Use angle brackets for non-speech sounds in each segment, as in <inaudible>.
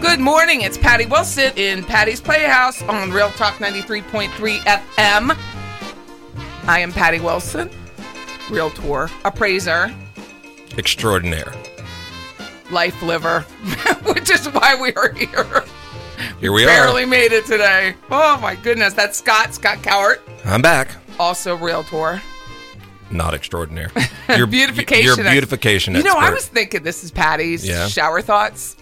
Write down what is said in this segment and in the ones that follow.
Good morning. It's Patty Wilson in Patty's Playhouse on Real Talk 93.3 FM. I am Patty Wilson, realtor, appraiser, extraordinaire. life liver, <laughs> which is why we are here. Here we Barely are. made it today. Oh my goodness. That's Scott, Scott Cowart, I'm back. also realtor. <laughs> Not extraordinaire. Your Beautification. Your beautification. You know, I expert. was thinking this is Patty's Yeah. shower thoughts.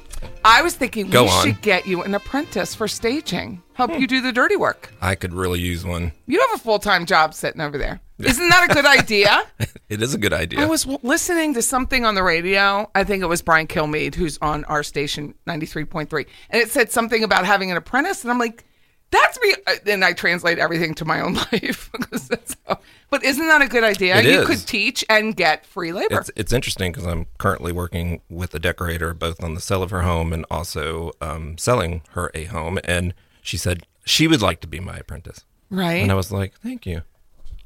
I was thinking Go we on. Hmm. should get you an apprentice for staging. Help you do the dirty work. I could really use one. <laughs> You have a full time job sitting over there. Isn't that a good idea? It is a good idea. I was w- listening to something on the radio. I think it was Brian Kilmeade, who's on our station 93.3. And it said something about having an apprentice. And I'm like, that's me. And I translate everything to my own <laughs> life. because that's how- but isn't that a good idea? It you is. could teach and get free labor. it's it's interesting because I'm currently working with a decorator both on the sale of her home and also um, selling her a home, and she said she would like to be my apprentice, right? and I was like, thank you.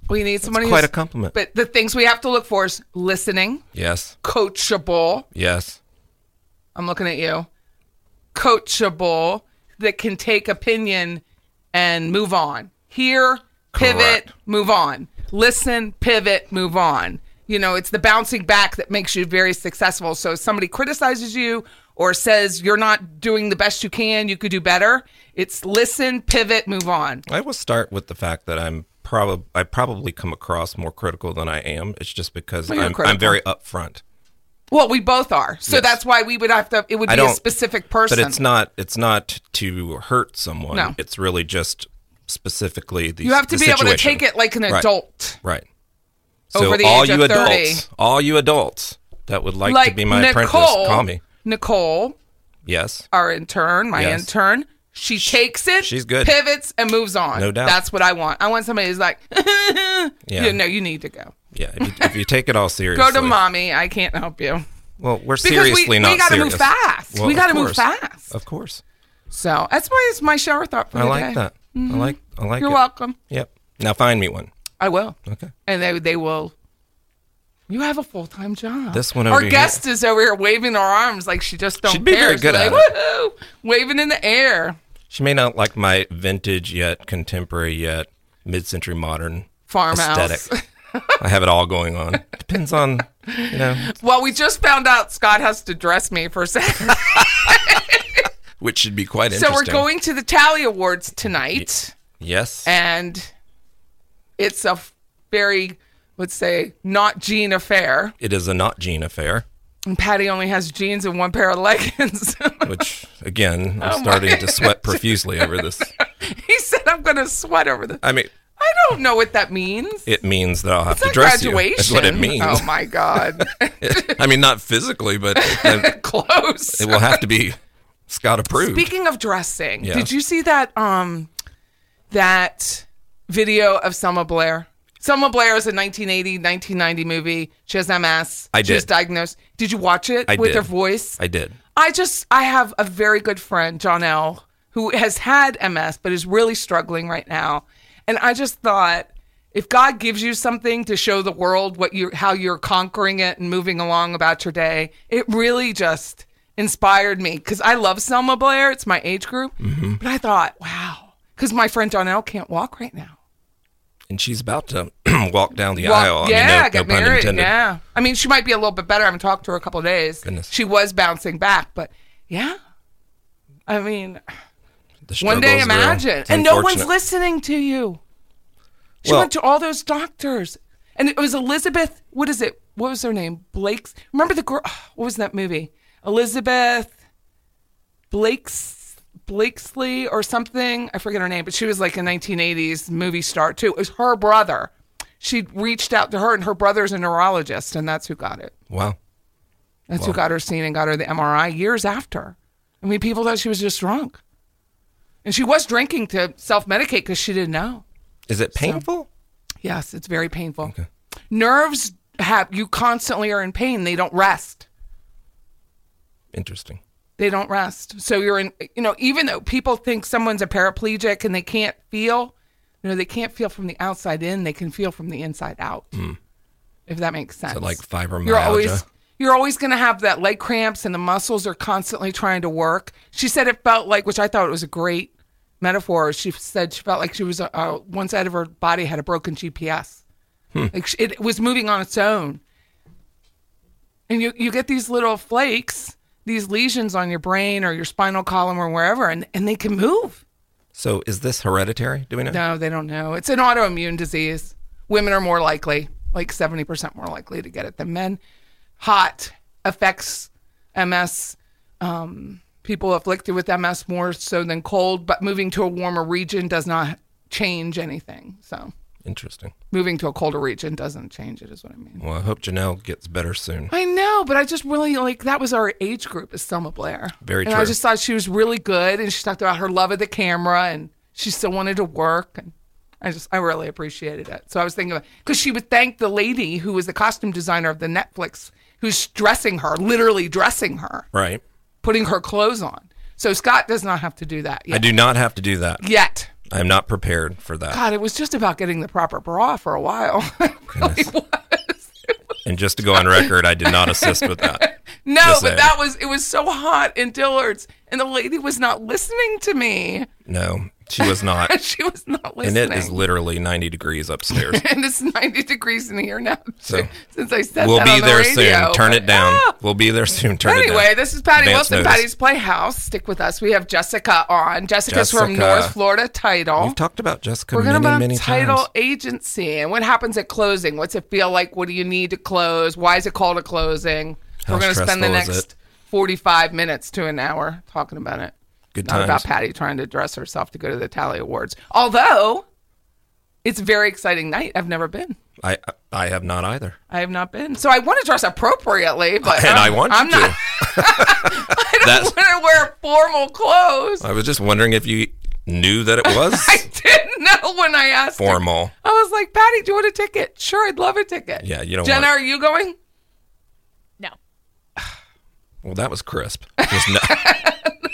we need somebody quite who's- a compliment. But the things we have to look for is listening, Yes, coachable. yes, I'm looking at you. Coachable that can take opinion and move on. Hear, pivot, Correct. move on. Listen, pivot, move on. You know, it's the bouncing back that makes you very successful. So if somebody criticizes you or says you're not doing the best you can, you could do better. It's listen, pivot, move on. I will start with the fact that I'm probably I probably come across more critical than I am. It's just because Well, you're I'm, critical. I'm very upfront. Well, we both are. So Yes. that's why we would have to it would I be a don't- specific person. But it's not it's not to hurt someone. No. It's really just specifically the you have to the be able to situation. take it like an Right. adult. Right. Over so the all age of you 30. adults, all you adults that would like, to be my Nicole, apprentice, call me. Nicole, Yes. our intern, my Yes. intern. She takes it. she's good. Pivots and moves on. No doubt. That's what I want. I want somebody who's like, <laughs> Yeah. you know, you need to go. Yeah. If you, if you take it all <laughs> seriously, Go to mommy. I can't help you. Well, we're Because we- seriously we not gotta move serious. fast. We of gotta move course. fast. Of course. So that's why it's my shower thought for I the like day. Mm-hmm. that. I like. I like. You're it. welcome. Yep. Now find me one. I will. Okay. And they they will. You have a full time job. This one Uh, Our over here- guest is over here waving her arms like she just don't She'd be care. very She's good at like, it. Woohoo! Waving in the air. She may not like my vintage yet, contemporary yet, mid-century modern Farmhouse. aesthetic. I have it all going on. <laughs> Depends on, you know, Well, we just found out Scott has to dress me for Saturday. which should be quite so interesting. we're going to the Tally Awards tonight, Yes. and it's a f- very, let's say, not jean affair. it is a not Gene affair, And Patty only has jeans and one pair of leggings. <laughs> which again, Oh I'm starting to sweat profusely over this. he said, "I'm going to sweat over the." I mean, I don't know what that means. it means that I'll have It's to not dress graduation. you. That's what it means. Oh my god, <laughs> I mean, not physically, but <laughs> it, close. it will have to be Scott approved. Speaking of dressing, Yeah. did you see that um that video of Selma Blair? Selma Blair is a 1980, 1990 movie. She has MS. I She was did. diagnosed. Did you watch it I with did. her voice? I did. I just I have a very good friend, John L, who has had MS but is really struggling right now. And I just thought if God gives you something to show the world what you how you're conquering it and moving along about your day, it really just inspired me cuz I love Selma Blair, it's my age group. But I thought, wow, cuz my friend John L can't walk right now. And she's about to <clears throat> walk down the aisle. Well, I mean, yeah, no, get no pun married. intended. Yeah, I mean, she might be a little bit better. I haven't talked to her a couple of days. Goodness. She was bouncing back, but yeah, I mean, The one day struggles are- imagine, it's and no one's unfortunate. listening to you. She Well- went to all those doctors, and it was Elizabeth. What is it? What was her name? Blake's. Remember the girl? <sighs> What was that movie? Elizabeth Blake's Blakesley or something. I forget her name, but she was like a 1980s movie star too. It was her brother. She reached out to her, and her brother's a neurologist, and that's who got it. Wow. That's who got her seen and got her the MRI years after. I mean, people thought she was just drunk. And she was drinking to self medicate because she didn't know. Is it painful? Yes, it's very painful. Nerves have, you constantly are in pain. They don't rest. Interesting. They don't rest. So you're in, you know, even though people think someone's a paraplegic and they can't feel, you know, they can't feel from the outside in, they can feel from the inside out. If that makes sense. Hmm. So like fibromyalgia. you're always you're always going to have that leg cramps and the muscles are constantly trying to work she said it felt like which i thought was a great metaphor she said she felt like she was uh, uh, one side of her body had a broken gps like she, it was moving on its own and you, you get these little flakes these lesions on your brain or your spinal column or wherever and, and they can move so is this hereditary? Do we know? no they don't know it's an autoimmune disease women are more likely like 70% more likely to get it than men hot affects ms um, people afflicted with ms more so than cold but moving to a warmer region does not change anything so Interesting. moving to a colder region doesn't change it is what i mean Well, I hope Janelle gets better soon. I know, but I just really like that was our age group is Selma Blair. Very and I true. just thought she was really good, and she talked about her love of the camera, and she still wanted to work, and I just I really appreciated it. So I was thinking about because she would thank the lady who was the costume designer of the Netflix, who's dressing her, literally dressing her, Right. putting her clothes on. So Scott does not have to do that I yet. do not have to do that. Yet. I am not prepared for that. God, it was just about getting the proper bra for a while. <laughs> It really was. And just to go on record, I did not assist with <laughs> that. No, Just but saying. that was it was so hot in Dillard's and the lady was not listening to me. <laughs> No, she was not. She was not And listening. it is literally 90 <laughs> degrees upstairs. And it's 90 degrees in here now. <laughs> So, since I said We'll that be on the there radio, soon. Turn but- it down. Ah! We'll be there soon. Turn it down. Anyway, this is Patty Advance Wilson, notice. Patty's Playhouse. Stick with us. We have Jessica on. Jessica's from Jessica. North Florida Title. We've talked about Jessica We're many, going to many about title times. agency and what happens at closing. What's it feel like? What do you need to close? Why is it called a closing? We're How going to spend the stressful is next it? 45 minutes to an hour talking about it. Good Not about times. Patty trying to dress herself to go to the Tally Awards. Although it's a very exciting night. I've never been. I I have not either. I have not been. So I want to dress appropriately, but And I'm, I want I'm you not <laughs> <laughs> to. I That's- want to wear formal clothes. I was just wondering if you knew that it was <laughs> I didn't know when I asked her. formal. I was like, Patty, do you want a ticket? Sure, I'd love a ticket. Yeah, you don't Jenna, want- are you going? No. Well, that was crisp. Just no- <laughs>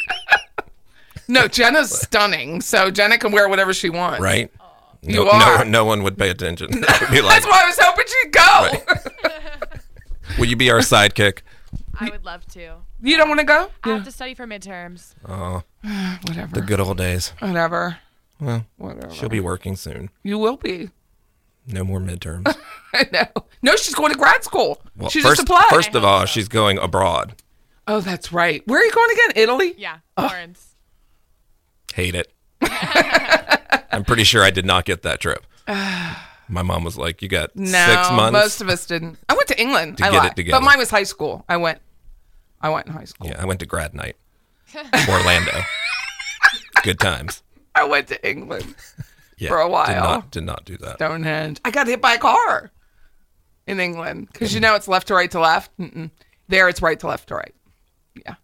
No, <laughs> Jenna's stunning. So Jenna can wear whatever she wants. right? You no, are. no, no one would <laughs> pay attention. <laughs> I'd be like, That's why I was hoping she'd go. "Will you be our sidekick?" I would love to. You don't want to go? I have to study for midterms. Whatever. Uh-huh. The good old days. Whatever. Well, whatever. She'll be working soon. You will be. No <laughs> more midterms. I know. No, she's going to grad school. Well, she's first, just applied. first <laughs> of all, she's going abroad. oh, that's right. Where are you going again? Italy? Yeah, Lawrence. <laughs> Hate it. I'm pretty sure I did not get <sighs> that trip. My mom was like, "You got No, six months." most of us didn't. I went to England. To I get it lied. together. But mine was high school. I went. I went in high school. yeah, I went to <laughs> grad night, Orlando. Good times. I went to England. Yeah, For a Did while. not, did not do that. Stonehenge. I got hit by a car in England because you know it's left to right to left. Mm-mm. There, it's right to left to right. Yeah.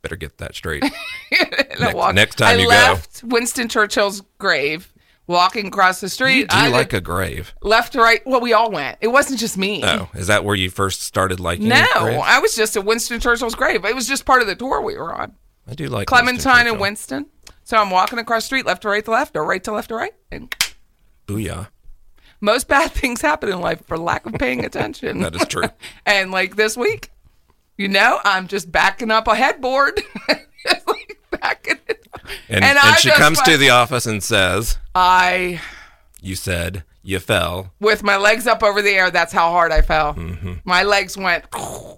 Better get that <laughs> straight. And I Next- walked- next time I you go. left Winston Churchill's grave, walking across the street. You do I like did <laughs> a grave? left to right. Well, we all went. It wasn't just me. Oh, is that where you first started liking? No, graves? I was just at Winston Churchill's grave. It was just part of the tour we were on. I do like Clementine and Winston Winston. So I'm walking across the street, left to right to left, or right to left to right. And Churchill. Booyah! most bad <laughs> things happen in life for lack of paying attention. <laughs> That is true. and like this week, you know, I'm just backing up a headboard. <laughs> Just, like, backing it up. And And, and, I she just comes to went- the office and says, I, "You said you fell." with my legs up over the air, that's how hard I fell. My legs went Mm-hmm.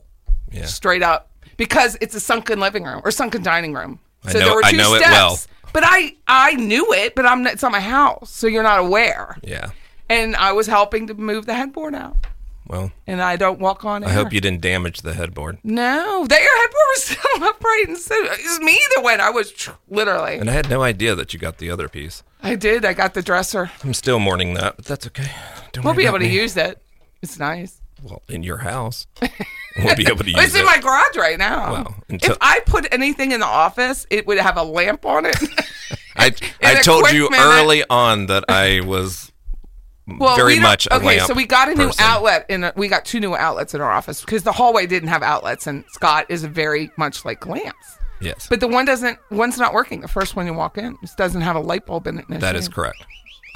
Yeah. straight up because it's a sunken living room or sunken dining room. I know- I know it well. But I, I knew it, but I'm not, it's not my house, so you're not aware. Yeah. And I was helping to move the headboard out, Well, and I don't walk on. I hope you didn't damage the headboard. No, that your headboard was <laughs> still upright and so it was me that went. I was tr- literally. And I had no idea that you got the other piece. I did. I got the dresser. I'm still mourning that, but that's okay. Don't We'll worry be about able to me. use it. It's nice. well in <laughs> your house. we'll be able to use It's it. in my garage right now. Wow. Until- if I put anything in the office, it would have a lamp on <laughs> it. <laughs> I I a told quick you minute- early on that I was well, very we don't- much a okay. lamp So we got a new person. outlet, and we got two new outlets in our office because the hallway didn't have outlets, and Scott is very much like lamps. Yes, But the one doesn't. One's not working. The first one you walk in, just doesn't have a light bulb in it. and a that is shade. correct.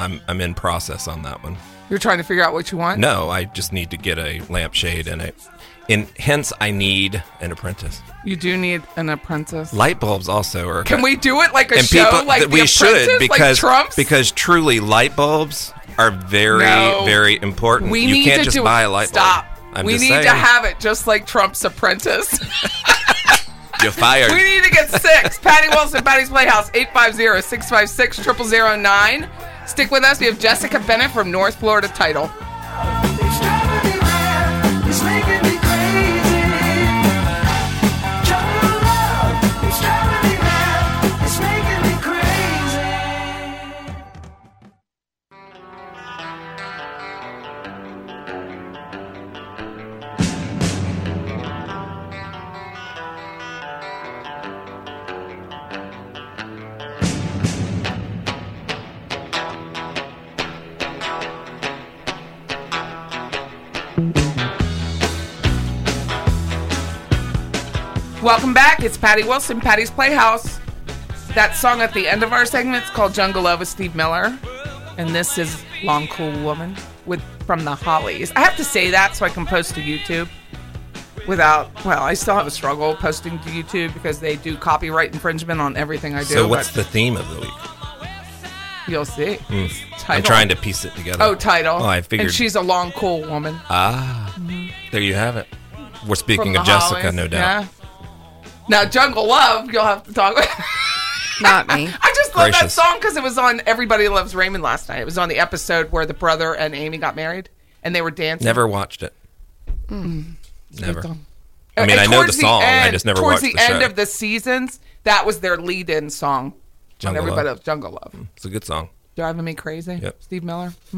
I'm I'm in process on that one. You're trying to figure out what you want. No, I just need to get a lampshade and it, and hence I need an apprentice. You do need an apprentice. Light bulbs also are. Can we do it like a show? like that The Apprentice, like because Trump's? because truly light bulbs are very No. very important. we you need can't to just do buy a light Stop. bulb. I'm we just need saying, to have it just like Trump's apprentice. you're fired. <laughs> we need to get <laughs> six. Patty Wilson, Patty's Playhouse, 850-656-0009. Stick with us. We have Jessica Bennett from North Florida Title. It's driving me mad. It's making me crazy. Your love, it's driving me mad. It's making me crazy. Welcome back. It's Patty Wilson, Patty's Playhouse. That song at the end of our segment is called Jungle Love with Steve Miller. And this is Long Cool Woman with from the Hollies. I have to say that so I can post to YouTube without well, I still have a struggle posting to YouTube because they do copyright infringement on everything I do. so what's but the theme of the week? you'll see. I'm Title. trying to piece it together. Oh title. Oh, I figured. And she's a long cool woman. ah, there you have it. We're from speaking the of Jessica, Hollies. no doubt. Yeah. Now Jungle Love, you'll have to talk about Not me. <laughs> I just love that Gracious. song because it was on Everybody Loves Raymond last night. It was on the episode where the brother and Amy got married and they were dancing. Never watched it. Never. Hmm. Uh, I mean, and I know the towards song. I end- just never towards watched the, the end show. of the seasons. That was their lead-in song. on Jungle Everybody Love. Loves Jungle Love. It's a good song. Driving me crazy. Yep. Steve Miller. <laughs>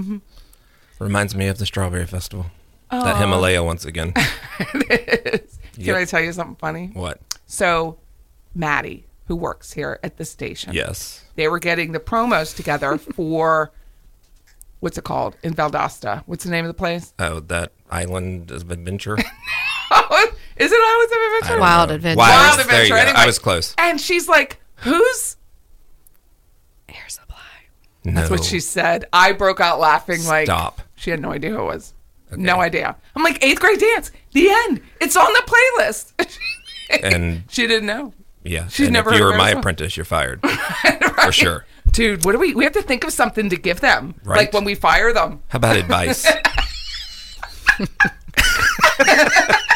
Reminds me of the Strawberry Festival. Oh. That Himalaya <laughs> once again. Can Yep. I tell you something funny? what? So, Maddie, who works here at the station, Yes. they were getting the promos <laughs> together for what's it called in Valdosta? What's the name of the <laughs> place? Oh, that Island <laughs> of Adventure. Oh, Is it Islands of Adventure? don't Wild know. Adventure. Wild, Wild Adventure. There you Adventure, go. anyway. I was close. And she's like, "Who's?" Air supply. No. That's what she said. I broke out laughing. Like, <laughs> Oh. Stop. she had no idea who it was. No idea. I'm like, eighth grade dance. The end. It's on the playlist. <laughs> And she didn't know. yeah, She's and never if you heard were of my her song. <laughs> apprentice, you're fired for sure. Dude, what do we? We have to think of something to give them. Right. Like when we fire them. How about advice? <laughs>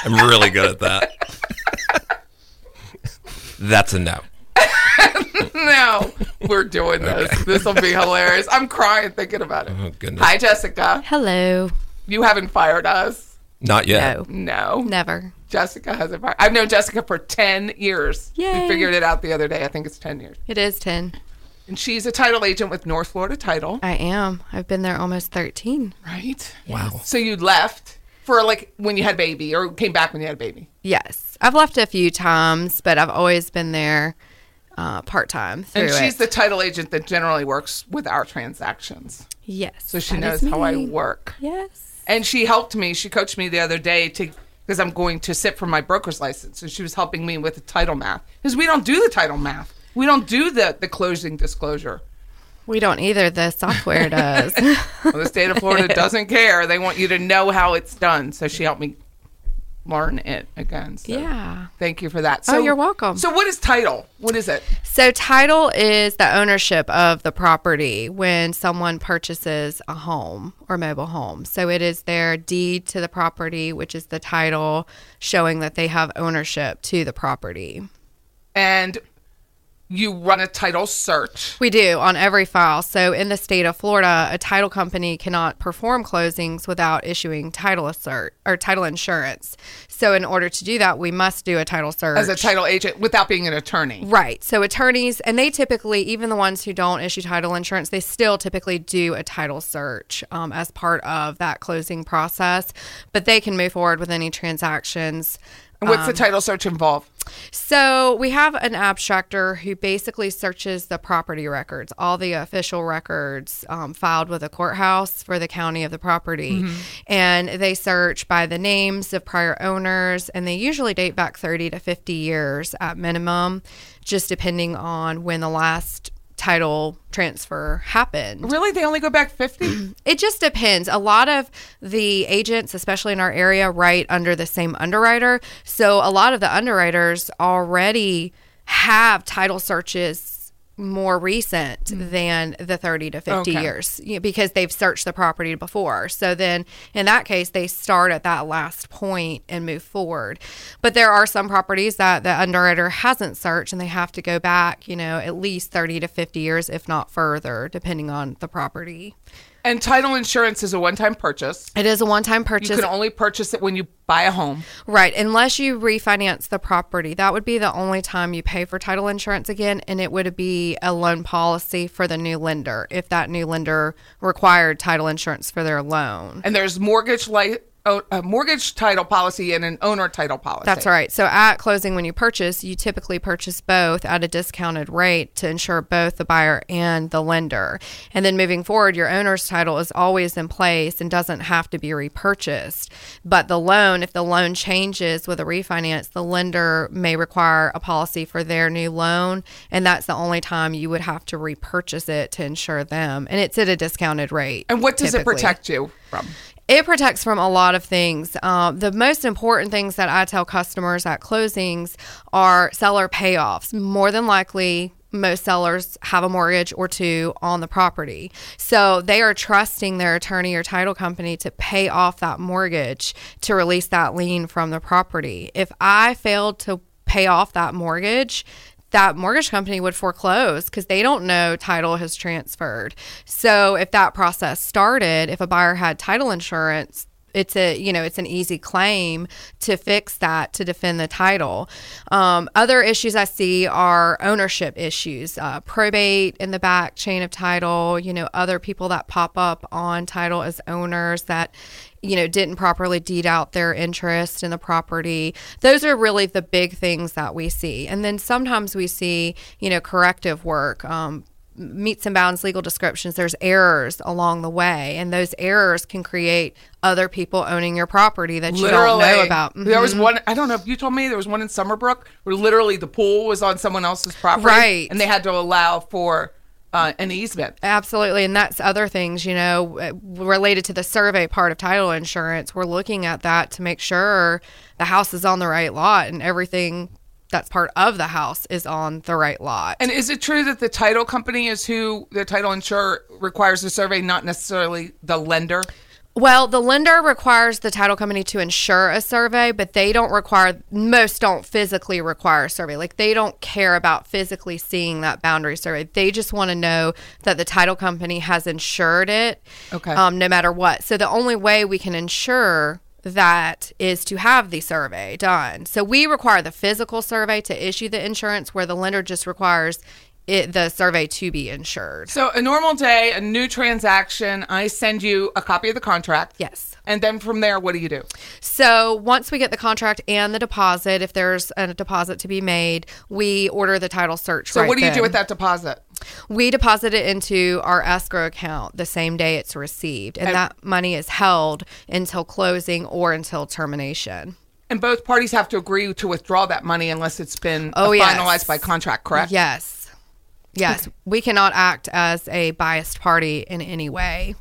I'm really good at that. That's a no. <laughs> No, we're doing this. This will be hilarious. I'm crying thinking about it. Oh goodness. Hi, Jessica. Hello. You haven't fired us. Not yet. No. No. Never. Jessica hasn't fired. I've known Jessica for 10 years. We Yay. figured it out the other day. I think it's 10 years. It is 10. And she's a title agent with North Florida Title. I am. I've been there almost 13. Right. Wow. So you left for like when you had baby or came back when you had baby. Yes. I've left a few times, but I've always been there uh, part time. And she's the title agent that generally works with our transactions. Yes. So she that knows is how I me. work. Yes. And she helped me. She coached me the other day to because I'm going to sit for my broker's license. And she was helping me with the title math because we don't do the title math. We don't do the, the closing disclosure. We don't either. The software does. Well, the state of Florida doesn't care. They want you to know how it's done. So she helped me learn it again. So yeah. Thank you for that. Oh, you're welcome. So what is title? What is it? So, title is the ownership of the property when someone purchases a home or mobile home. So, it is their deed to the property, which is the title showing that they have ownership to the property. And you run a title search. We do on every file. So, in the state of Florida, a title company cannot perform closings without issuing title assert or title insurance. So, in order to do that, we must do a title search As a title agent without being an attorney. Right. So attorneys, and they typically, even the ones who don't issue title insurance, they still typically do a title search um, as part of that closing process, but they can move forward with any transactions. And what's the title search involve? So we have an abstractor who basically searches the property records, all the official records um, filed with the courthouse for the county of the property. And they search by the names of prior owners, and they usually date back 30 to 50 years at minimum, just depending on when the last title transfer happened. Really? They only go back 50? It just depends. A lot of the agents, especially in our area, write under the same underwriter. So a lot of the underwriters already have title searches more recent than the 30 to 50 Okay. years you know, because they've searched the property before. So then in that case, they start at that last point and move forward. But there are some properties that the underwriter hasn't searched and they have to go back, you know, at least 30 to 50 years, if not further, depending on the property. and title insurance is a one time purchase. It is a one-time You purchase, can only purchase it when you buy a home. right? Unless you refinance the property, that would be the only time you pay for title insurance again, and it would be a loan policy for the new lender if that new lender required title insurance for their loan. And there's mortgage li- oh, a mortgage title policy and an owner title policy. That's right. So at closing, when you purchase, you typically purchase both at a discounted rate to ensure both the buyer and the lender. And then moving forward, your owner's title is always in place and doesn't have to be repurchased. But the loan, if the loan changes with a refinance, the lender may require a policy for their new loan. And that's the only time you would have to repurchase it to insure them. And it's at a discounted rate. And what does it typically. protect you from? It protects from a lot of things. Uh, the most important things that I tell customers at closings are seller payoffs. More than likely, most sellers have a mortgage or two on the property. So they are trusting their attorney or title company to pay off that mortgage to release that lien from the property. If I failed to pay off that mortgage, that mortgage company would foreclose because they don't know title has transferred. So if that process started, if a buyer had title insurance, it's a you know it's an easy claim to fix that to defend the title. Um, other issues I see are ownership issues, uh, probate in the back chain of title. You know other people that pop up on title as owners that you know, didn't properly deed out their interest in the property. Those are really the big things that we see. And then sometimes we see, you know, corrective work. Um, meets and bounds legal descriptions there's errors along the way and those errors can create other people owning your property that you don't know about There was Mhm. one. I don't know if you told me there was one in Summerbrook where literally the pool was on someone else's property, Right. And they had to allow for uh, an easement. Absolutely. And that's other things, you know, uh, related to the survey part of title insurance. We're looking at that to make sure the house is on the right lot and everything that's part of the house is on the right lot. And is it true that the title company is who the title insurer requires the survey, not necessarily the lender? Well, the lender requires the title company to insure a survey, but they don't require, most don't physically require a survey. Like they don't care about physically seeing that boundary survey. They just want to know that the title company has insured it Okay. um, no matter what. So the only way we can insure that is to have the survey done. So we require the physical survey to issue the insurance, where the lender just requires it, the survey to be insured. So a normal day, a new transaction, I send you a copy of the contract. Yes. And then from there, what do you do? So once we get the contract and the deposit, if there's a deposit to be made, we order the title search. So right what do you then. do with that deposit? We deposit it into our escrow account the same day it's received, and that money is held until closing or until termination. And both parties have to agree to withdraw that money unless it's been Oh, uh, yes. finalized by contract, correct? Yes. Yes. We cannot act as a biased party in any way.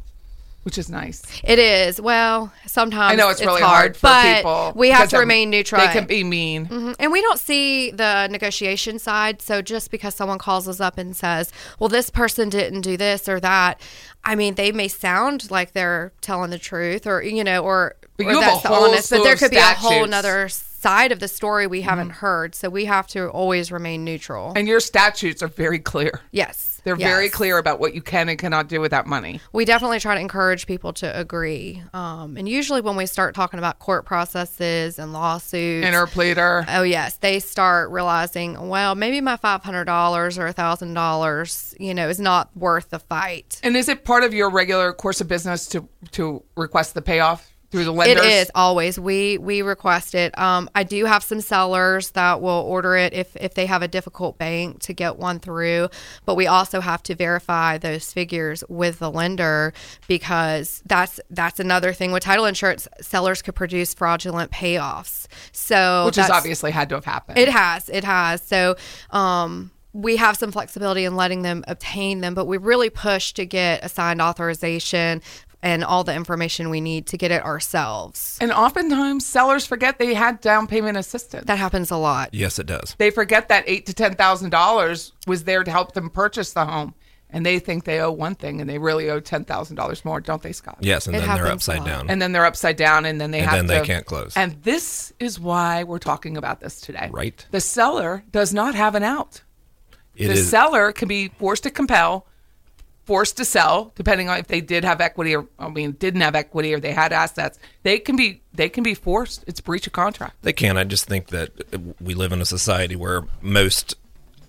Which is nice. It is. Well, sometimes I know it's, really hard, Um, hard, for but people. We have because to they're- remain neutral. Mm-hmm. They can be mean. Mm, And we don't see the negotiation side. So just because someone calls us up and says, well, this person didn't do this or that, I mean, they may sound like they're telling the truth or, you know, or, But or you have a that's the whole honest, slew but there of could be a whole statutes. Mm-hmm. nother side of the story we haven't heard. So we have to always remain neutral. And your statutes are very clear. yes. They're very yes. clear about what you can and cannot do with that money. we definitely try to encourage people to agree. Um, and usually when we start talking about court processes and lawsuits, Interpleader. oh yes, they start realizing, well, maybe my five hundred dollars or thousand dollars, you know, is not worth the fight. And is it part of your regular course of business to to request the payoff through the lenders? It is always we we request it. Um, I do have some sellers that will order it if if they have a difficult bank to get one through, but we also have to verify those figures with the lender because that's that's another thing with title insurance. Sellers could produce fraudulent payoffs, so which has Oh, that's- obviously had to have happened. it has. It has. So, um, we have some flexibility in letting them obtain them, but we really push to get a signed authorization and all the information we need to get it ourselves. and oftentimes sellers forget they had down payment assistance. That happens a lot. Yes, it does. they forget that eight to ten thousand dollars was there to help them purchase the home, and they think they owe one thing, and they really owe ten thousand dollars more, don't they, Scott? Yes, and It then they're happens a upside lot. down. And then they're upside down, and then they And have then they to- can't close. And this is why we're talking about this today. Right. The seller does not have an out. It the is- seller can be forced to compel, forced to sell, depending on if they did have equity or I mean didn't have equity or they had assets. They can be they can be forced. It's breach of contract. They can. I just think that we live in a society where most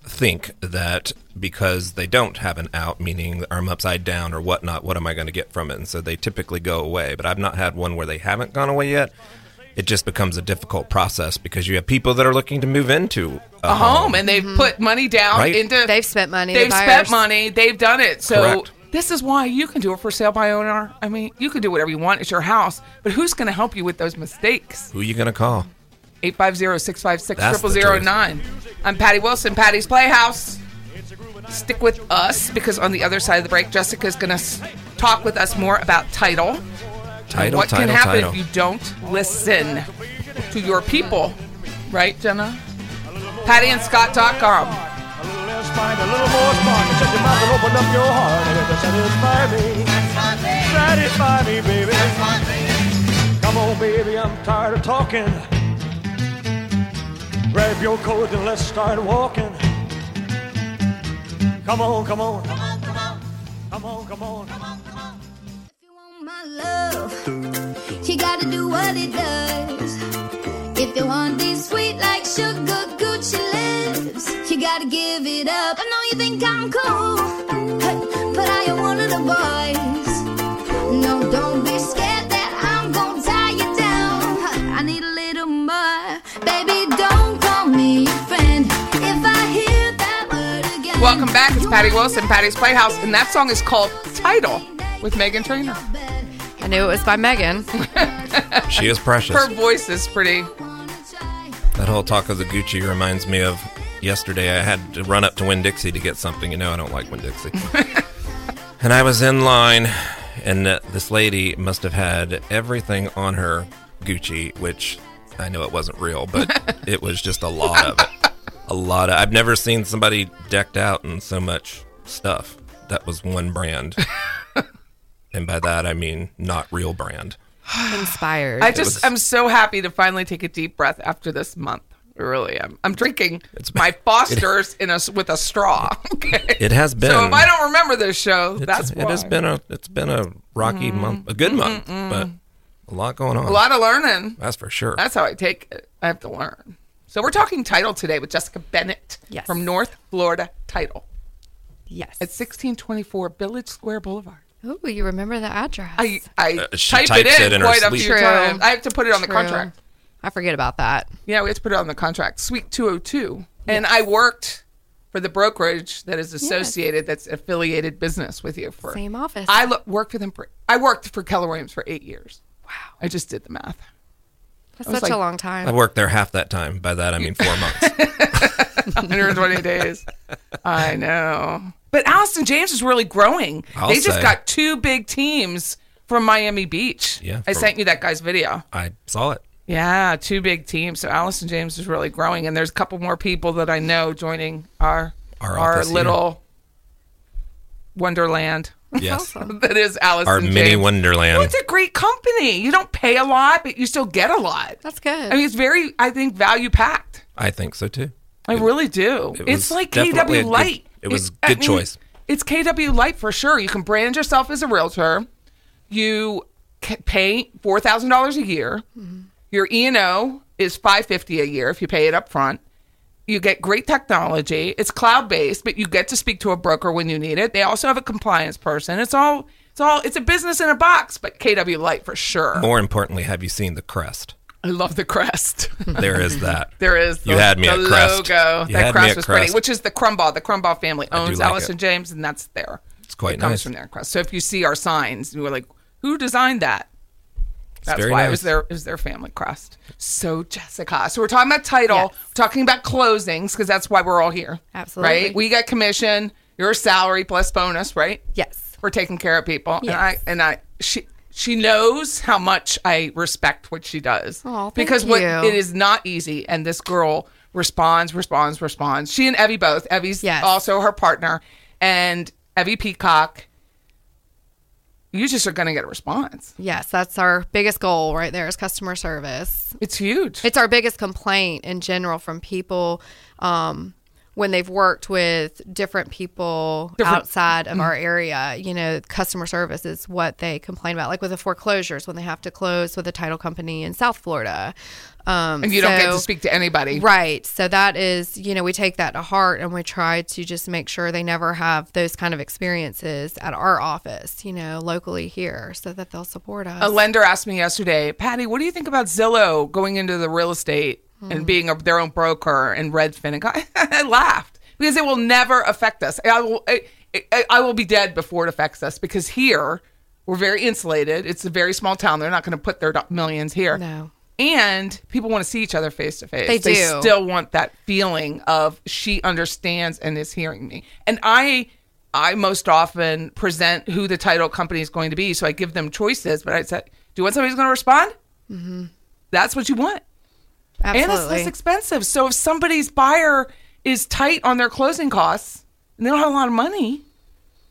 think that because they don't have an out, meaning I'm upside down or whatnot, what am I going to get from it? And so they typically go away. But I've not had one where they haven't gone away yet. It just becomes a difficult process because you have people that are looking to move into a, A home, and they've put money down Oh. Mm-hmm. Right. into They've spent money. the they've buyers. spent money. They've done it. So Correct. this is why you can do it for sale by owner. I mean, you can do whatever you want. It's your house, but who's going to help you with those mistakes? Who are you going to call? 850-656-0009. I'm Patty Wilson, Patty's Playhouse. Stick with us because on the other side of the break, Jessica's going to talk with us more about title. Title, what title, can happen title. if you don't listen to your people? Right, Jenna? Patty and Scott.com. A little less spine, a little more spark. Shut your mouth and open up your heart. And it'll satisfy me. Satisfy me, baby. Come on, baby, I'm tired of talking. Grab your coat and let's start walking. Come on, come on. Come on, come on. Come on, come on. If you want my love, you gotta do what it does. If you want these sweet like sugar Gucci lips, you gotta give it up. I know you think I'm cool, but, but I am one of the boys. No, don't be scared that I'm gonna tie you down. I need a little more, baby. Don't call me your friend if I hear that word again. Welcome back. It's you Patty are Wilson, not Patty's Playhouse, and that song is called Title with Megan Trainor. bad. I knew it was by Megan. <laughs> She is precious. Her voice is pretty. Wanna try. That whole talk of the Gucci reminds me of yesterday. I had to run up to Winn Dixie to get something. You know, I don't like <laughs> Winn Dixie. and I was in line, and uh, this lady must have had everything <laughs> on her Gucci, which I know it wasn't real, but it was just a lot of it. a lot of. I've never seen somebody decked out in so much stuff. That was one <laughs> brand, and by that I mean not real brand. <laughs> Inspired. I just I'm so happy to finally take a deep breath after this month. I really am. I'm drinking my <laughs> Foster's in a s with a straw. <laughs> Okay. It has been. so if I don't remember this show, it's- that's why. Mm-hmm. it has been a it's been a rocky month, a good month, but a lot going on. a lot of learning. That's for sure. That's how I take it. I have to learn. So we're talking title today with Jessica Bennett Yes. from North Florida Title yes. at 1624 Village Square Boulevard. Oh, you remember the address? I, I Uh, she type it types in, it in her quite a sleep. few True. times. I have to put it on the True. contract. I forget about that. Yeah, we have to put it on the contract. Suite 202. And I worked for the brokerage that is associated, that's affiliated business with you for. Same office. I lo- worked for them for, I worked for Keller Williams for eight years. Wow. I just did the math. That's was such a like- long I time. worked there half that time. By that I <laughs> mean four months. <laughs> 120 days. I know. But Allison James is really growing. I'll they just say. got two big teams from Miami Beach. Yeah, I from- sent you that guy's video. I saw it. Yeah, two big teams. So Allison James is really growing, and there's a couple more people that I know joining our Our our, office, yeah. little wonderland <laughs> Yes, that is Allison our James. mini Wonderland. Well, it's a great company. You don't pay a lot, but you still get a lot. That's good. I mean, it's very, I think, value packed. I think so too. I really do. it was It's like definitely KW a good- Light. it was I good choice. It's KW Light for sure. You can brand yourself as a realtor. You ca- pay four thousand dollars a year. Your E and O is five fifty a year if you pay it up front. You get great technology. It's cloud based, but you get to speak to a broker when you need it. They also have a compliance person. It's all. It's all. It's a business in a box, but KW Light for sure. More importantly, have you seen the crest? I love the crest. <laughs> There is that. There is the, You had me the at crest. logo. You that had crest me at was crest. pretty, which is the Crumball. The Crumball family do owns like Allison it. James, and that's there. It's quite it nice. comes from their crest. So if you see our signs, you were like, "Who designed that?" That's very why nice. it was their it was their family crest. So Jessica, so we're talking about title, we're talking about closings because that's why we're all here. Absolutely. right? We got commission, your salary plus bonus, right? yes. We're taking care of people, and I Yes. and I she. She knows how much I respect what she does Aw, thank because what you. it is not easy. And this girl responds, responds, responds. She and Evie both. Evie's Yes. also her partner, and Evie Peacock. You just are going to get a response. Yes. That's our biggest goal right there is customer service. It's huge. It's our biggest complaint in general from people um, when they've worked with different people Different- Mm-hmm. outside of our area. You know, customer service is what they complain about, like with the foreclosures when they have to close with a title company in South Florida. Um, and you don't get so- to speak to anybody. Right. So that is, you know, we take that to heart and we try to just make sure they never have those kind of experiences at our office, you know, locally here so that they'll support us. A lender asked me yesterday, Patty, what do you think about Zillow going into the real estate and being a, their own broker and Redfin? And I, <laughs> I laughed because it will never affect us. I will, I, I, I will be dead before it affects us because here we're very insulated. It's a very small town. They're not going to put their do- millions here. No. And people want to see each other face to face. They do. still want that feeling of she understands and is hearing me. And I I most often present who the title company is going to be. So I give them choices, but I said, Do you want somebody who's going to respond? Mm-hmm. That's what you want. Absolutely. And it's less expensive. So if somebody's buyer is tight on their closing costs and they don't have a lot of money,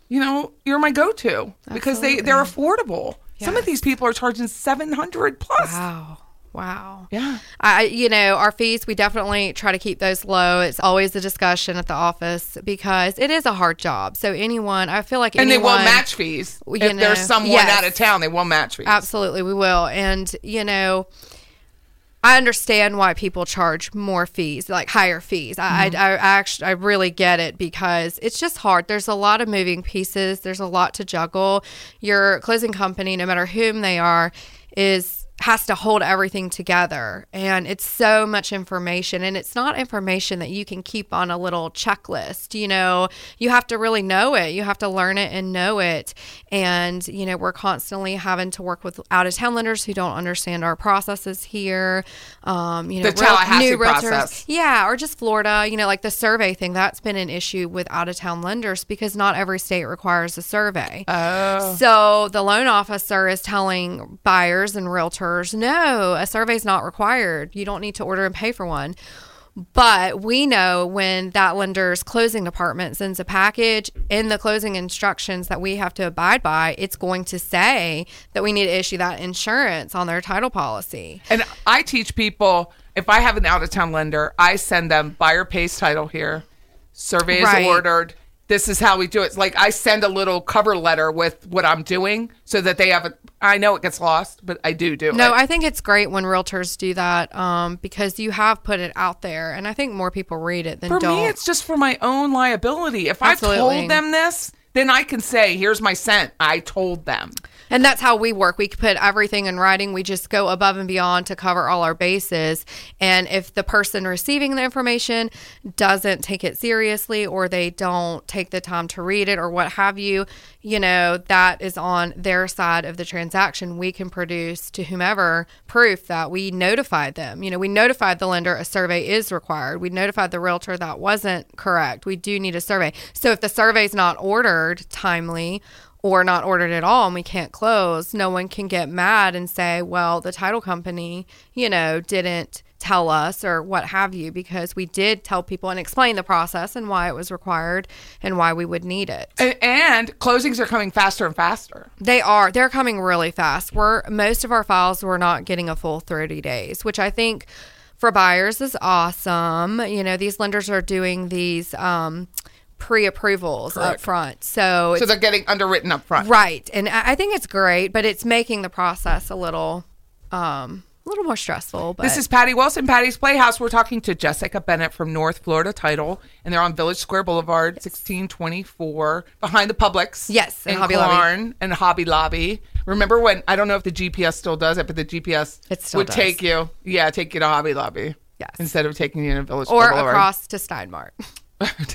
you know, you're my go to because they, they're affordable. Some of Yes. these people are charging 700 plus. Wow. Wow. Yeah. I, you know, our fees, we definitely try to keep those low. It's always a discussion at the office because it is a hard job. So, anyone, I feel like and they anyone. will match fees you if there's know, someone yes. out of town. They will match fees. Absolutely, we will. And, you know, I understand why people charge more fees, like higher fees. I, I, I actually, I really get it because it's just hard. There's a lot of moving pieces. There's a lot to juggle. Your closing company, no matter whom they are, is has to hold everything together and it's so much information and it's not information that you can keep on a little checklist you know you have to really know it you have to learn it and know it and you know we're constantly having to work with out of town lenders who don't understand our processes here um you know The real- Tallahassee new realtors- process. yeah, or just Florida, you know, like the survey thing, that's been an issue with out of town lenders because not every state requires a survey. Oh. So the loan officer is telling buyers and realtors, no, a survey's not required. You don't need to order and pay for one. But we know when that lender's closing department sends a package in the closing instructions that we have to abide by, it's going to say that we need to issue that insurance on their title policy. And I teach people if I have an out of town lender, I send them buyer pays title here, survey is Right. ordered. This is how we do it. Like I send a little cover letter with what I'm doing so that they have a. I know it gets lost, but I do do No, it. I think it's great when realtors do that um, because you have put it out there, and I think more people read it than for don't. me, it's just for my own liability. If I Absolutely. told them this, then I can say, "Here's my scent. I told them." And that's how we work. We put everything in writing. We just go above and beyond to cover all our bases. And if the person receiving the information doesn't take it seriously or they don't take the time to read it or what have you, you know, that is on their side of the transaction. We can produce to whomever proof that we notified them. You know, we notified the lender a survey is required. We notified the realtor that wasn't correct. We do need a survey. So if the survey's not ordered timely, or not ordered at all and we can't close, no one can get mad and say, well, the title company, you know, didn't tell us or what have you, because we did tell people and explain the process and why it was required and why we would need it. And, and closings are coming faster and faster. They are. They're coming really fast. We're most of our files we're not getting a full 30 days, which I think for buyers is awesome. You know, these lenders are doing these um pre-approvals up front. So it's So they're getting underwritten up front. Right. And I I think it's great, but it's making the process a little um a little more stressful. But This is Patty Wilson, Patty's Playhouse. We're talking to Jessica Bennett from North Florida Title, and they're on Village Square Boulevard, 1624, behind the Publix. Yes, and and Hobby Hobby Lobby. Lobby. And Hobby Lobby. Remember when, I don't know if the GPS still does it, but the GPS It still would does. take you, yeah, take you to Hobby Lobby. Yes. Instead of taking you to Village or Square Boulevard. across to Steinmart. <laughs>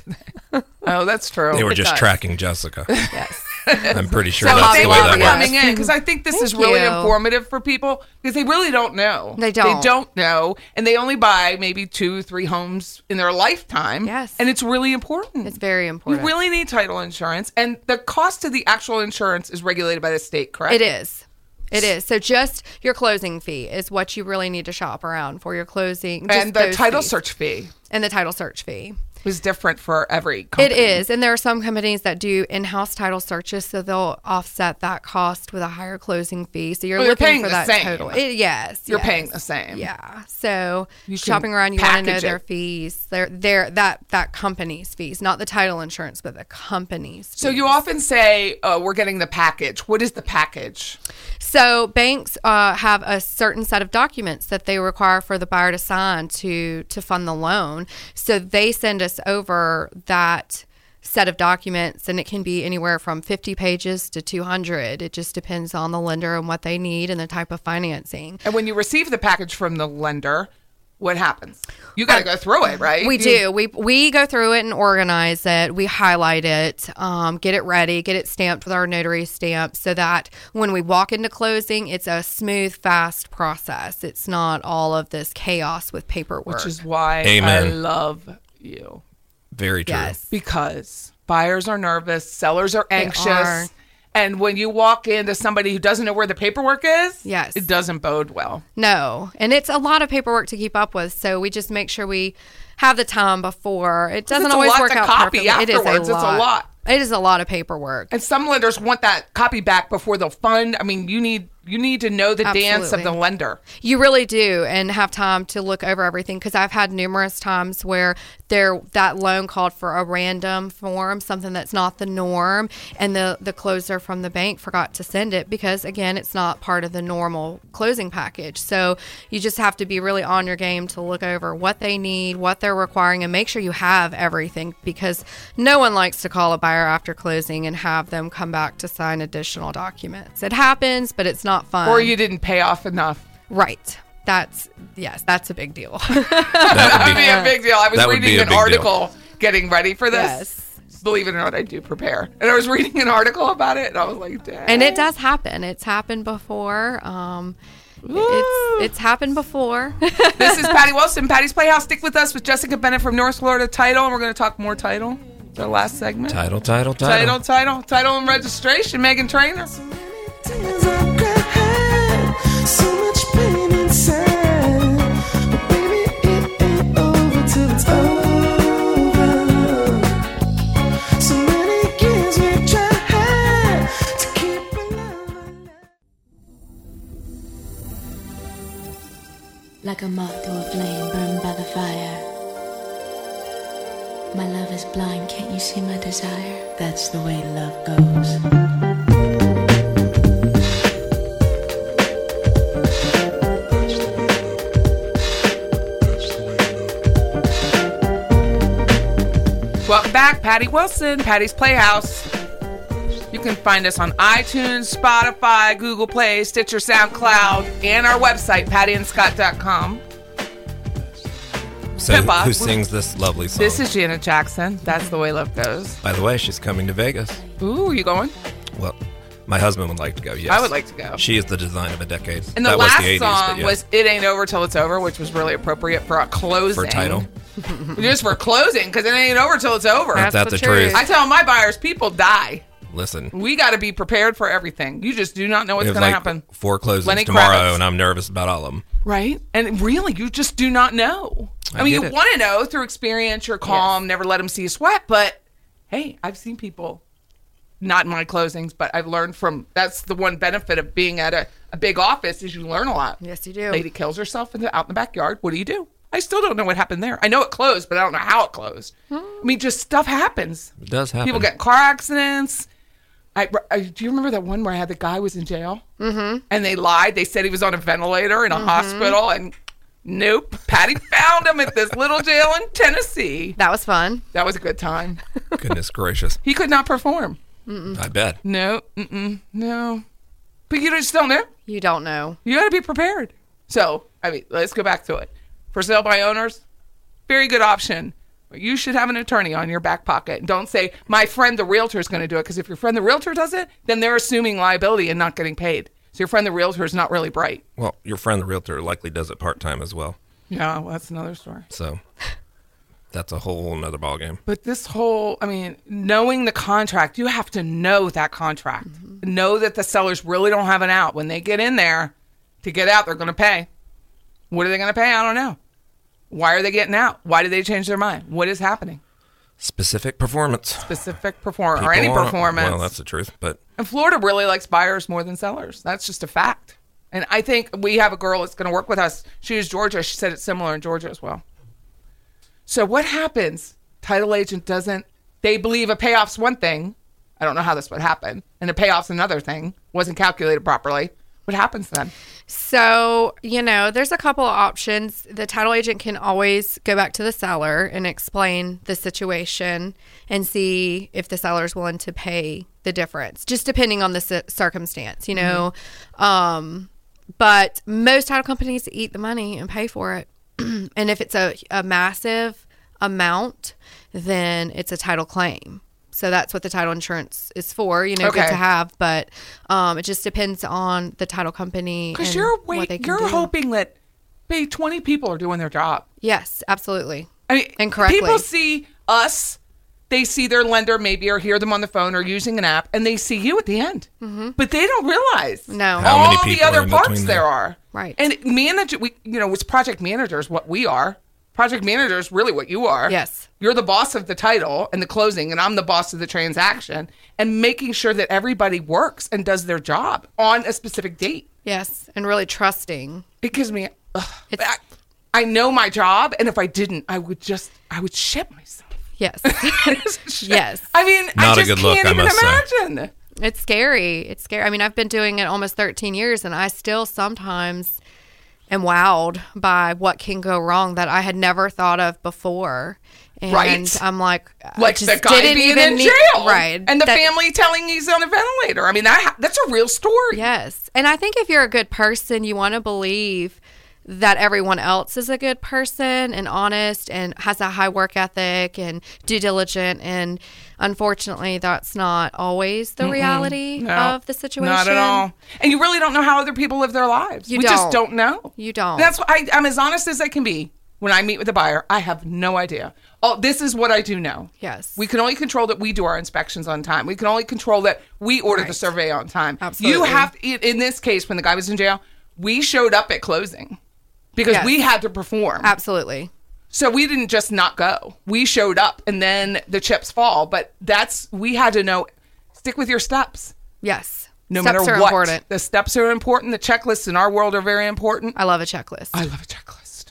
Oh, that's true. They were just does. tracking <laughs> Jessica. Yes. I'm pretty sure so that's thank the you way for that coming works. in because I think this is Thank really you. informative for people because they really don't know. They don't. They don't know, and they only buy maybe two, three homes in their lifetime. Yes. and it's really important. It's very You important. really need title insurance, and the cost of the actual insurance is regulated by the state, correct? It is. It is. So just your closing fee is what you really need to shop around for your closing. just and the those title fees. search fee and the title search fee. was different for every. It Company. is. And there are some companies that do in-house title searches so they'll offset that cost with a higher closing fee. So you're Well, Oh, you're looking paying for the that same. total. It- yes. You're yes. paying the same. Yeah. So can shopping around, you want to know package their it. fees, their their that that company's fees, not the title insurance, but the company's. So fees. you often say uh, we're getting the package. What is the package? So banks uh, have a certain set of documents that they require for the buyer to sign to to fund the loan. So they send us over that set of documents and it can be anywhere from 50 pages to 200 it just depends on the lender and what they need and the type of financing And when you receive the package from the lender, what happens? You got to go through it, right? We You- do. We we go through it and organize it. We highlight it, um, get it ready, get it stamped with our notary stamp, so that when we walk into closing, it's a smooth, fast process. It's not all of this chaos with paperwork. Which is why I Amen. love you Very true. yes, because buyers are nervous, sellers are anxious. are. And when you walk into somebody who doesn't know where the paperwork is, Yes. it doesn't bode well. no, and it's a lot of paperwork to keep up with. So we just make sure we have the time before. It doesn't it's a always lot work to out copy perfectly. It is afterwards. It's a lot. It is a lot of paperwork. And some lenders want that copy back before they'll fund. I mean, you need you need to know the dance of the Absolutely. lender. You really do, and have time to look over everything because I've had numerous times where there that loan called for a random form, something that's not the norm, and the the closer from the bank forgot to send it because again, it's not part of the normal closing package. So you just have to be really on your game to look over what they need, what they're requiring, and make sure you have everything because no one likes to call a buyer after closing and have them come back to sign additional documents. It happens, but it's not fun. Or you didn't pay off enough. Right. That's yes, that's a big deal. That <laughs> would That'd be, be a big deal. I was That would be reading a an big deal. article getting ready for this. Yes. Believe it or not, I do prepare. And I was reading an article about it, and I was like, "Dang!" and it does happen. It's happened before. Um it's it's happened before. <laughs> This is Patty Wilson, Patty's Playhouse. Stick with us with Jessica Bennett from North Florida Title, and we're going to talk more title. It's Our last segment. title, title, Title, title. title, title, and registration. Megan Trainer. So much pain inside, but baby, it ain't over I'm off to a flame burned by the fire. My love is blind, can't you see my desire? That's the way love goes. Welcome back, Patty Wilson, Patty's Playhouse. You can find us on iTunes, Spotify, Google Play, Stitcher, SoundCloud, and our website, pattyandscott.com. So, Pippa. who sings this lovely song? This is Janet Jackson. That's the way love goes. By the way, she's coming to Vegas. Ooh, you going? Well, my husband would like to go. Yes, I would like to go. She is the design of a decade. And the that last was the 80s, but song yeah, was "It Ain't Over Till It's Over," which was really appropriate for a closing. for title. just for closing, because it ain't over till it's over. Ain't that the truth? I tell my buyers, people die. Listen, We got to be prepared for everything. You just do not know we what's have going like to happen, four closings Lenny tomorrow, Kravitz. and I'm nervous about all <laughs> of them. right? And really, you just do not know. I, I mean, get you it. want to know through experience. You're calm. Never let them see you sweat. But hey, I've seen people. Not in my closings, but I've learned from that's the one benefit of being at a, a big office is you learn a lot. Yes, you do. lady kills herself in the, out in the backyard. What do you do? I still don't know what happened there. I know it closed, but I don't know how it closed. I mean, just stuff happens. It does happen. People get in car accidents. I, I- do you remember that one where I had the guy was in jail mm-hmm. and they lied. They said he was on a ventilator in a hospital, and nope, Patty <laughs> found him at this little jail in Tennessee. That was fun. That was a good time. Goodness gracious, He could not perform. I Mm. bet. No, mm-mm, no. But you just don't know. You don't know. You got to be prepared. So, I mean, let's go back to it. For sale by owners, very good option. You should have an attorney on your back pocket. Don't say, my friend the realtor is going to do it. Because if your friend the realtor does it, then they're assuming liability and not getting paid. So your friend the realtor is not really bright. Well, your friend the realtor likely does it part time as well, Yeah, well, that's another story. so that's a whole nother ballgame. But this whole, I mean, knowing the contract, you have to know that contract. Know that the sellers really don't have an out. When they get in there to get out, they're going to pay. What are they going to pay? I don't know. Why are they getting out? Why did they change their mind? What is happening? Specific performance Specific performance or any People wanna- performance. Well, that's the truth, but And Florida really likes buyers more than sellers. That's just a fact. And I think we have a girl that's going to work with us. She was Georgia. She said it's similar in Georgia as well. So what happens? Title agent doesn't. They believe a payoff's one thing. I don't know how this would happen, and a payoff's another thing. Wasn't calculated properly. What happens then? So, you know, there's a couple of options. The title agent can always go back to the seller and explain the situation and see if the seller's willing to pay the difference, just depending on the ci- circumstance, you know. Um, but most title companies eat the money and pay for it. <clears throat> and if it's a, a massive amount, then it's a title claim. So that's what the title insurance is for, you know, good Okay. to have, but um, it just depends on the title company Because and you're what they wait, can you're do. hoping that, hey, twenty people are doing their job. Yes, absolutely. I mean, And correctly. people see us, they see their lender maybe, or hear them on the phone or using an app, and they see you at the end. But they don't realize Mm-hmm. No. How all many the people are other in parts between there there? are. Right. And manage, we, you know, it's project managers what we are. Project managers really what you are. Yes. You're the boss of the title and the closing, and I'm the boss of the transaction, and making sure that everybody works and does their job on a specific date. Yes, and really trusting. It gives me. Ugh, It's- I, I know my job, and if I didn't, I would just, I would shit myself. <laughs> Yes. Shit. yes. I mean, I Not a just good look, can't I even must say. imagine. It's scary. It's scary. I mean, I've been doing it almost 13 years and I still sometimes am wowed by what can go wrong that I had never thought of before. And Right. I'm like, I Like just the guy didn't being even in need- jail, Right. And the That- family telling he's on a ventilator. I mean, that ha- that's a real story. Yes. And I think if you're a good person, you want to believe that everyone else is a good person and honest and has a high work ethic and due diligent. And unfortunately, that's not always the reality No, of the situation. Not at all. And you really don't know how other people live their lives. You we just don't. don't know. You don't. That's why I, I'm as honest as I can be when I meet with a buyer. I have no idea. Oh, this is what I do know. Yes. We can only control that we do our inspections on time. We can only control that we order the Right. survey on time. You Absolutely. have to, in this case, when the guy was in jail, we showed up at closing because Yes. we had to perform. Absolutely. So we didn't just not go. We showed up and then the chips fall. But that's, we had to know, stick with your steps. Yes. No Steps matter are what. important. The steps are important. The checklists in our world are very important. I love a checklist. I love a checklist.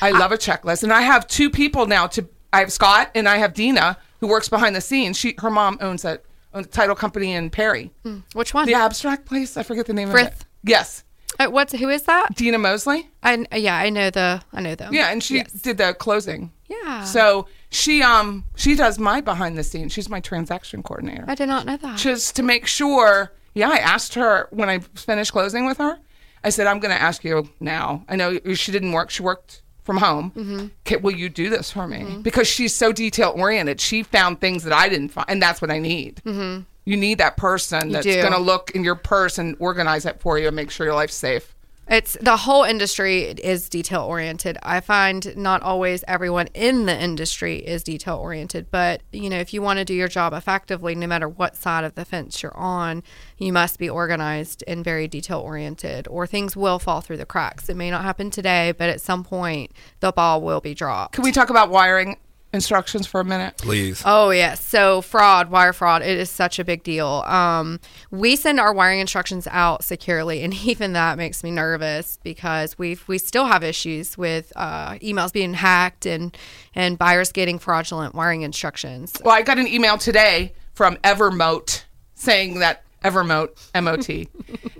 I love a checklist, and I have two people now. To I have Scott and I have Dina, who works behind the scenes. She her mom owns that owns a title company in Perry, Which one? the abstract place. I forget the name of Hmm. Frith. it. Yes, Uh, what's who is that? Dina Mosley. I yeah, I know the I know them. Yeah, and she did the closing. Um, Yeah. So she um she does my behind the scenes. She's my transaction coordinator. I did not know that. just to make sure. Yeah, I asked her when I finished closing with her. I said, "I'm going to ask you now. I know she didn't work; she worked from home. Ca- will you do this for me? Because she's so detail oriented. She found things that I didn't find, and that's what I need. Mm-hmm. You need that person that's do. going to look in your purse and organize it for you and make sure your life's safe. It's the whole industry is detail oriented. I find not always everyone in the industry is detail oriented, but you know, if you want to do your job effectively, no matter what side of the fence you're on, you must be organized and very detail oriented, or things will fall through the cracks. It may not happen today, but at some point, the ball will be dropped. Can we talk about wiring instructions for a minute? Please. Oh yes, so fraud, wire fraud, it is such a big deal. Um, we send our wiring instructions out securely, and <laughs> even that makes me nervous because we we still have issues with uh, emails being hacked and and buyers getting fraudulent wiring instructions. Well, I got an email today from Evermote saying that Evermote, <laughs> M-O-T,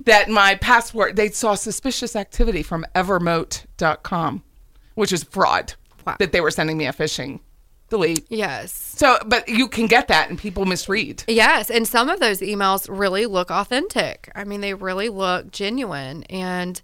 that my password, they saw suspicious activity from evermote.com, which is fraud, Wow. that they were sending me a phishing delete. Yes. So, but you can get that and people misread. Yes, and some of those emails really look authentic. I mean, they really look genuine. And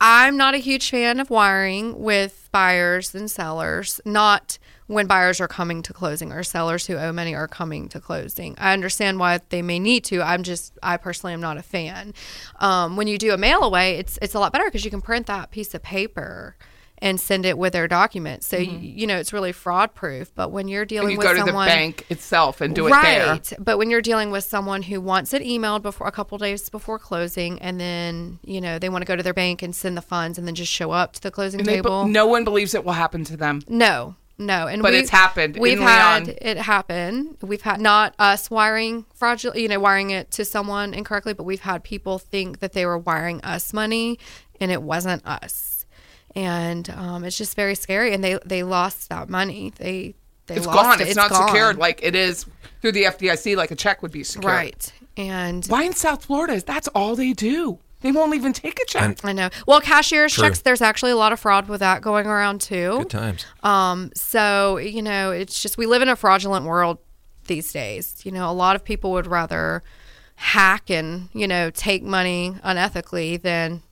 I'm not a huge fan of wiring with buyers and sellers, not when buyers are coming to closing or sellers who owe money are coming to closing. I understand why they may need to. I'm just, I personally am not a fan. Um, when you do a mail away, it's, it's a lot better because you can print that piece of paper. And send it with their documents, so you, you know it's really fraud proof. But when you're dealing And Mm-hmm. you with go to the someone, bank itself and do it there. right. But when you're dealing with someone who wants it emailed before a couple days before closing, and then you know they want to go to their bank and send the funds, and then just show up to the closing And they, table. but no one believes it will happen to them. no, no. And But we- it's happened in We've Leon. had it happen. We've had not us wiring fraudulent, you know, wiring it to someone incorrectly, but we've had people think that they were wiring us money, and it wasn't us. And um, it's just very scary. And they they lost that money. They they It's lost gone. it. It's, not gone. secured like it is through the FDIC, like a check would be secured. right. And Why in South Florida? That's all they do. They won't even take a check. I know. Well, cashier's True. checks, there's actually a lot of fraud with that going around too. Um, Good times. Oh. So, you know, it's just we live in a fraudulent world these days. You know, a lot of people would rather hack and, you know, take money unethically than,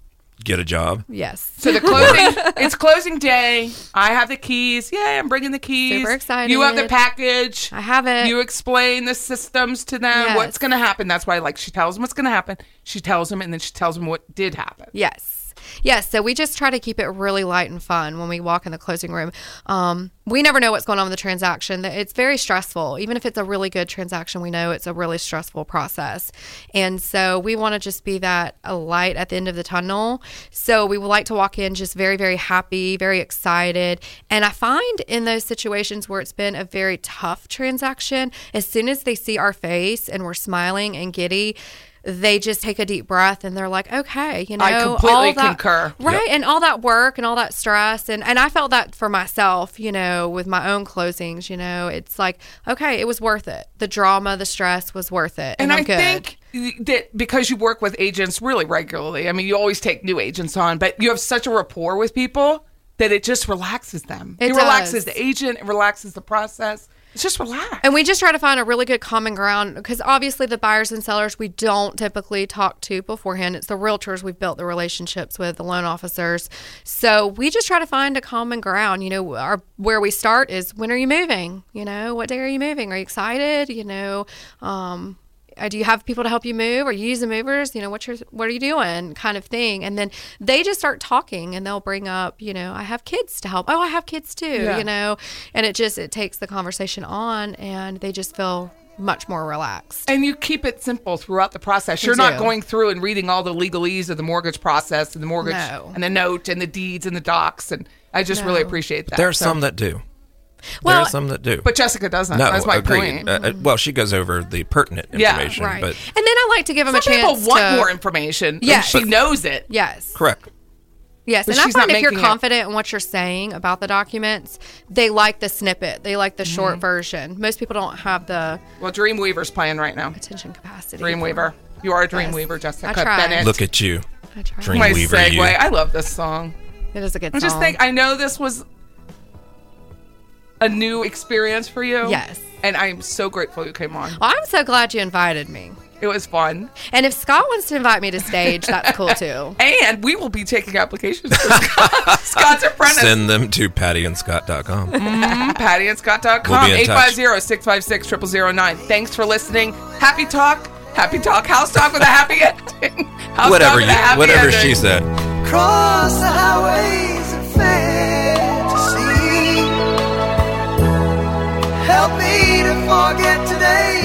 Get a job. yes. So the closing, <laughs> it's closing day. I have the keys. Yay, I'm bringing the keys. Super excited. You have the package. I have it. You explain the systems to them. Yes. What's going to happen? That's why, like, she tells them what's going to happen. She tells them, and then she tells them what did happen. Yes. Yes. So we just try to keep it really light and fun when we walk in the closing room. Um, we never know what's going on with the transaction. It's very stressful. Even if it's a really good transaction, we know it's a really stressful process. And so we want to just be that a light at the end of the tunnel. So we would like to walk in just very, very happy, very excited. And I find in those situations where it's been a very tough transaction, as soon as they see our face and we're smiling and giddy, they just take a deep breath and they're like, okay, you know, I completely all that- concur. Right. And all that work and all that stress. And, and I felt that for myself, you know, with my own closings, you know, it's like, okay, it was worth it. The drama, the stress was worth it. And, And, I'm I good. think that because you work with agents really regularly, I mean, you always take new agents on, but you have such a rapport with people that it just relaxes them. It it relaxes does. the agent, it relaxes the process. It's just relaxed. And we just try to find a really good common ground because obviously the buyers and sellers we don't typically talk to beforehand. It's the realtors we've built the relationships with, the loan officers. So we just try to find a common ground. You know, our where we start is when are you moving? You know, what day are you moving? Are you excited? You know, um, uh, do you have people to help you move? Are you using movers? You know, what's your, what are you doing? Kind of thing. And then they just start talking and they'll bring up, you know, I have kids to help. Oh, I have kids too, you know, and it just, it takes the conversation on and they just feel much more relaxed. And you keep it simple throughout the process. We You're not do. going through and reading all the legalese of the mortgage process and the mortgage No. and the note and the deeds and the docs. And I just really appreciate that. There are So- some that do. there Well, are some that do. but Jessica doesn't. no, That's my agreed. point. Uh, uh, well, she goes over the pertinent Yeah, information, Right. but and then I like to give them Some a chance people want to, more information. Yeah, Yeah. she But- knows it. Yes. correct. Yes, But and I she's not find if you're making it. confident in what you're saying about the documents, they like the snippet. They like the short Mm-hmm. version. Most people don't have the Well, Dreamweaver's playing right now. attention capacity. Dreamweaver. You are a Yes. Dreamweaver, Jessica I tried. Bennett. Look at you. I try. Dream- my Weaver, segue. you. I love this song. It is a good I song. just think I know this was a new experience for you. Yes. And I'm so grateful you came on. well, I'm so glad you invited me. It was fun. And if Scott wants to invite me to stage, that's cool too. And we will be taking applications for Scott. Scott's <laughs> apprentice. Mm, Send them to Mm-hmm. pattyandscott.com. Patty and Scott.com. We'll be in touch. 850-656-0009. Thanks for listening. Happy talk. Happy talk. House talk with a happy ending. <laughs> House talk whatever with you, a happy whatever ending. she said. Cross the highways of fantasy. Help me to forget today.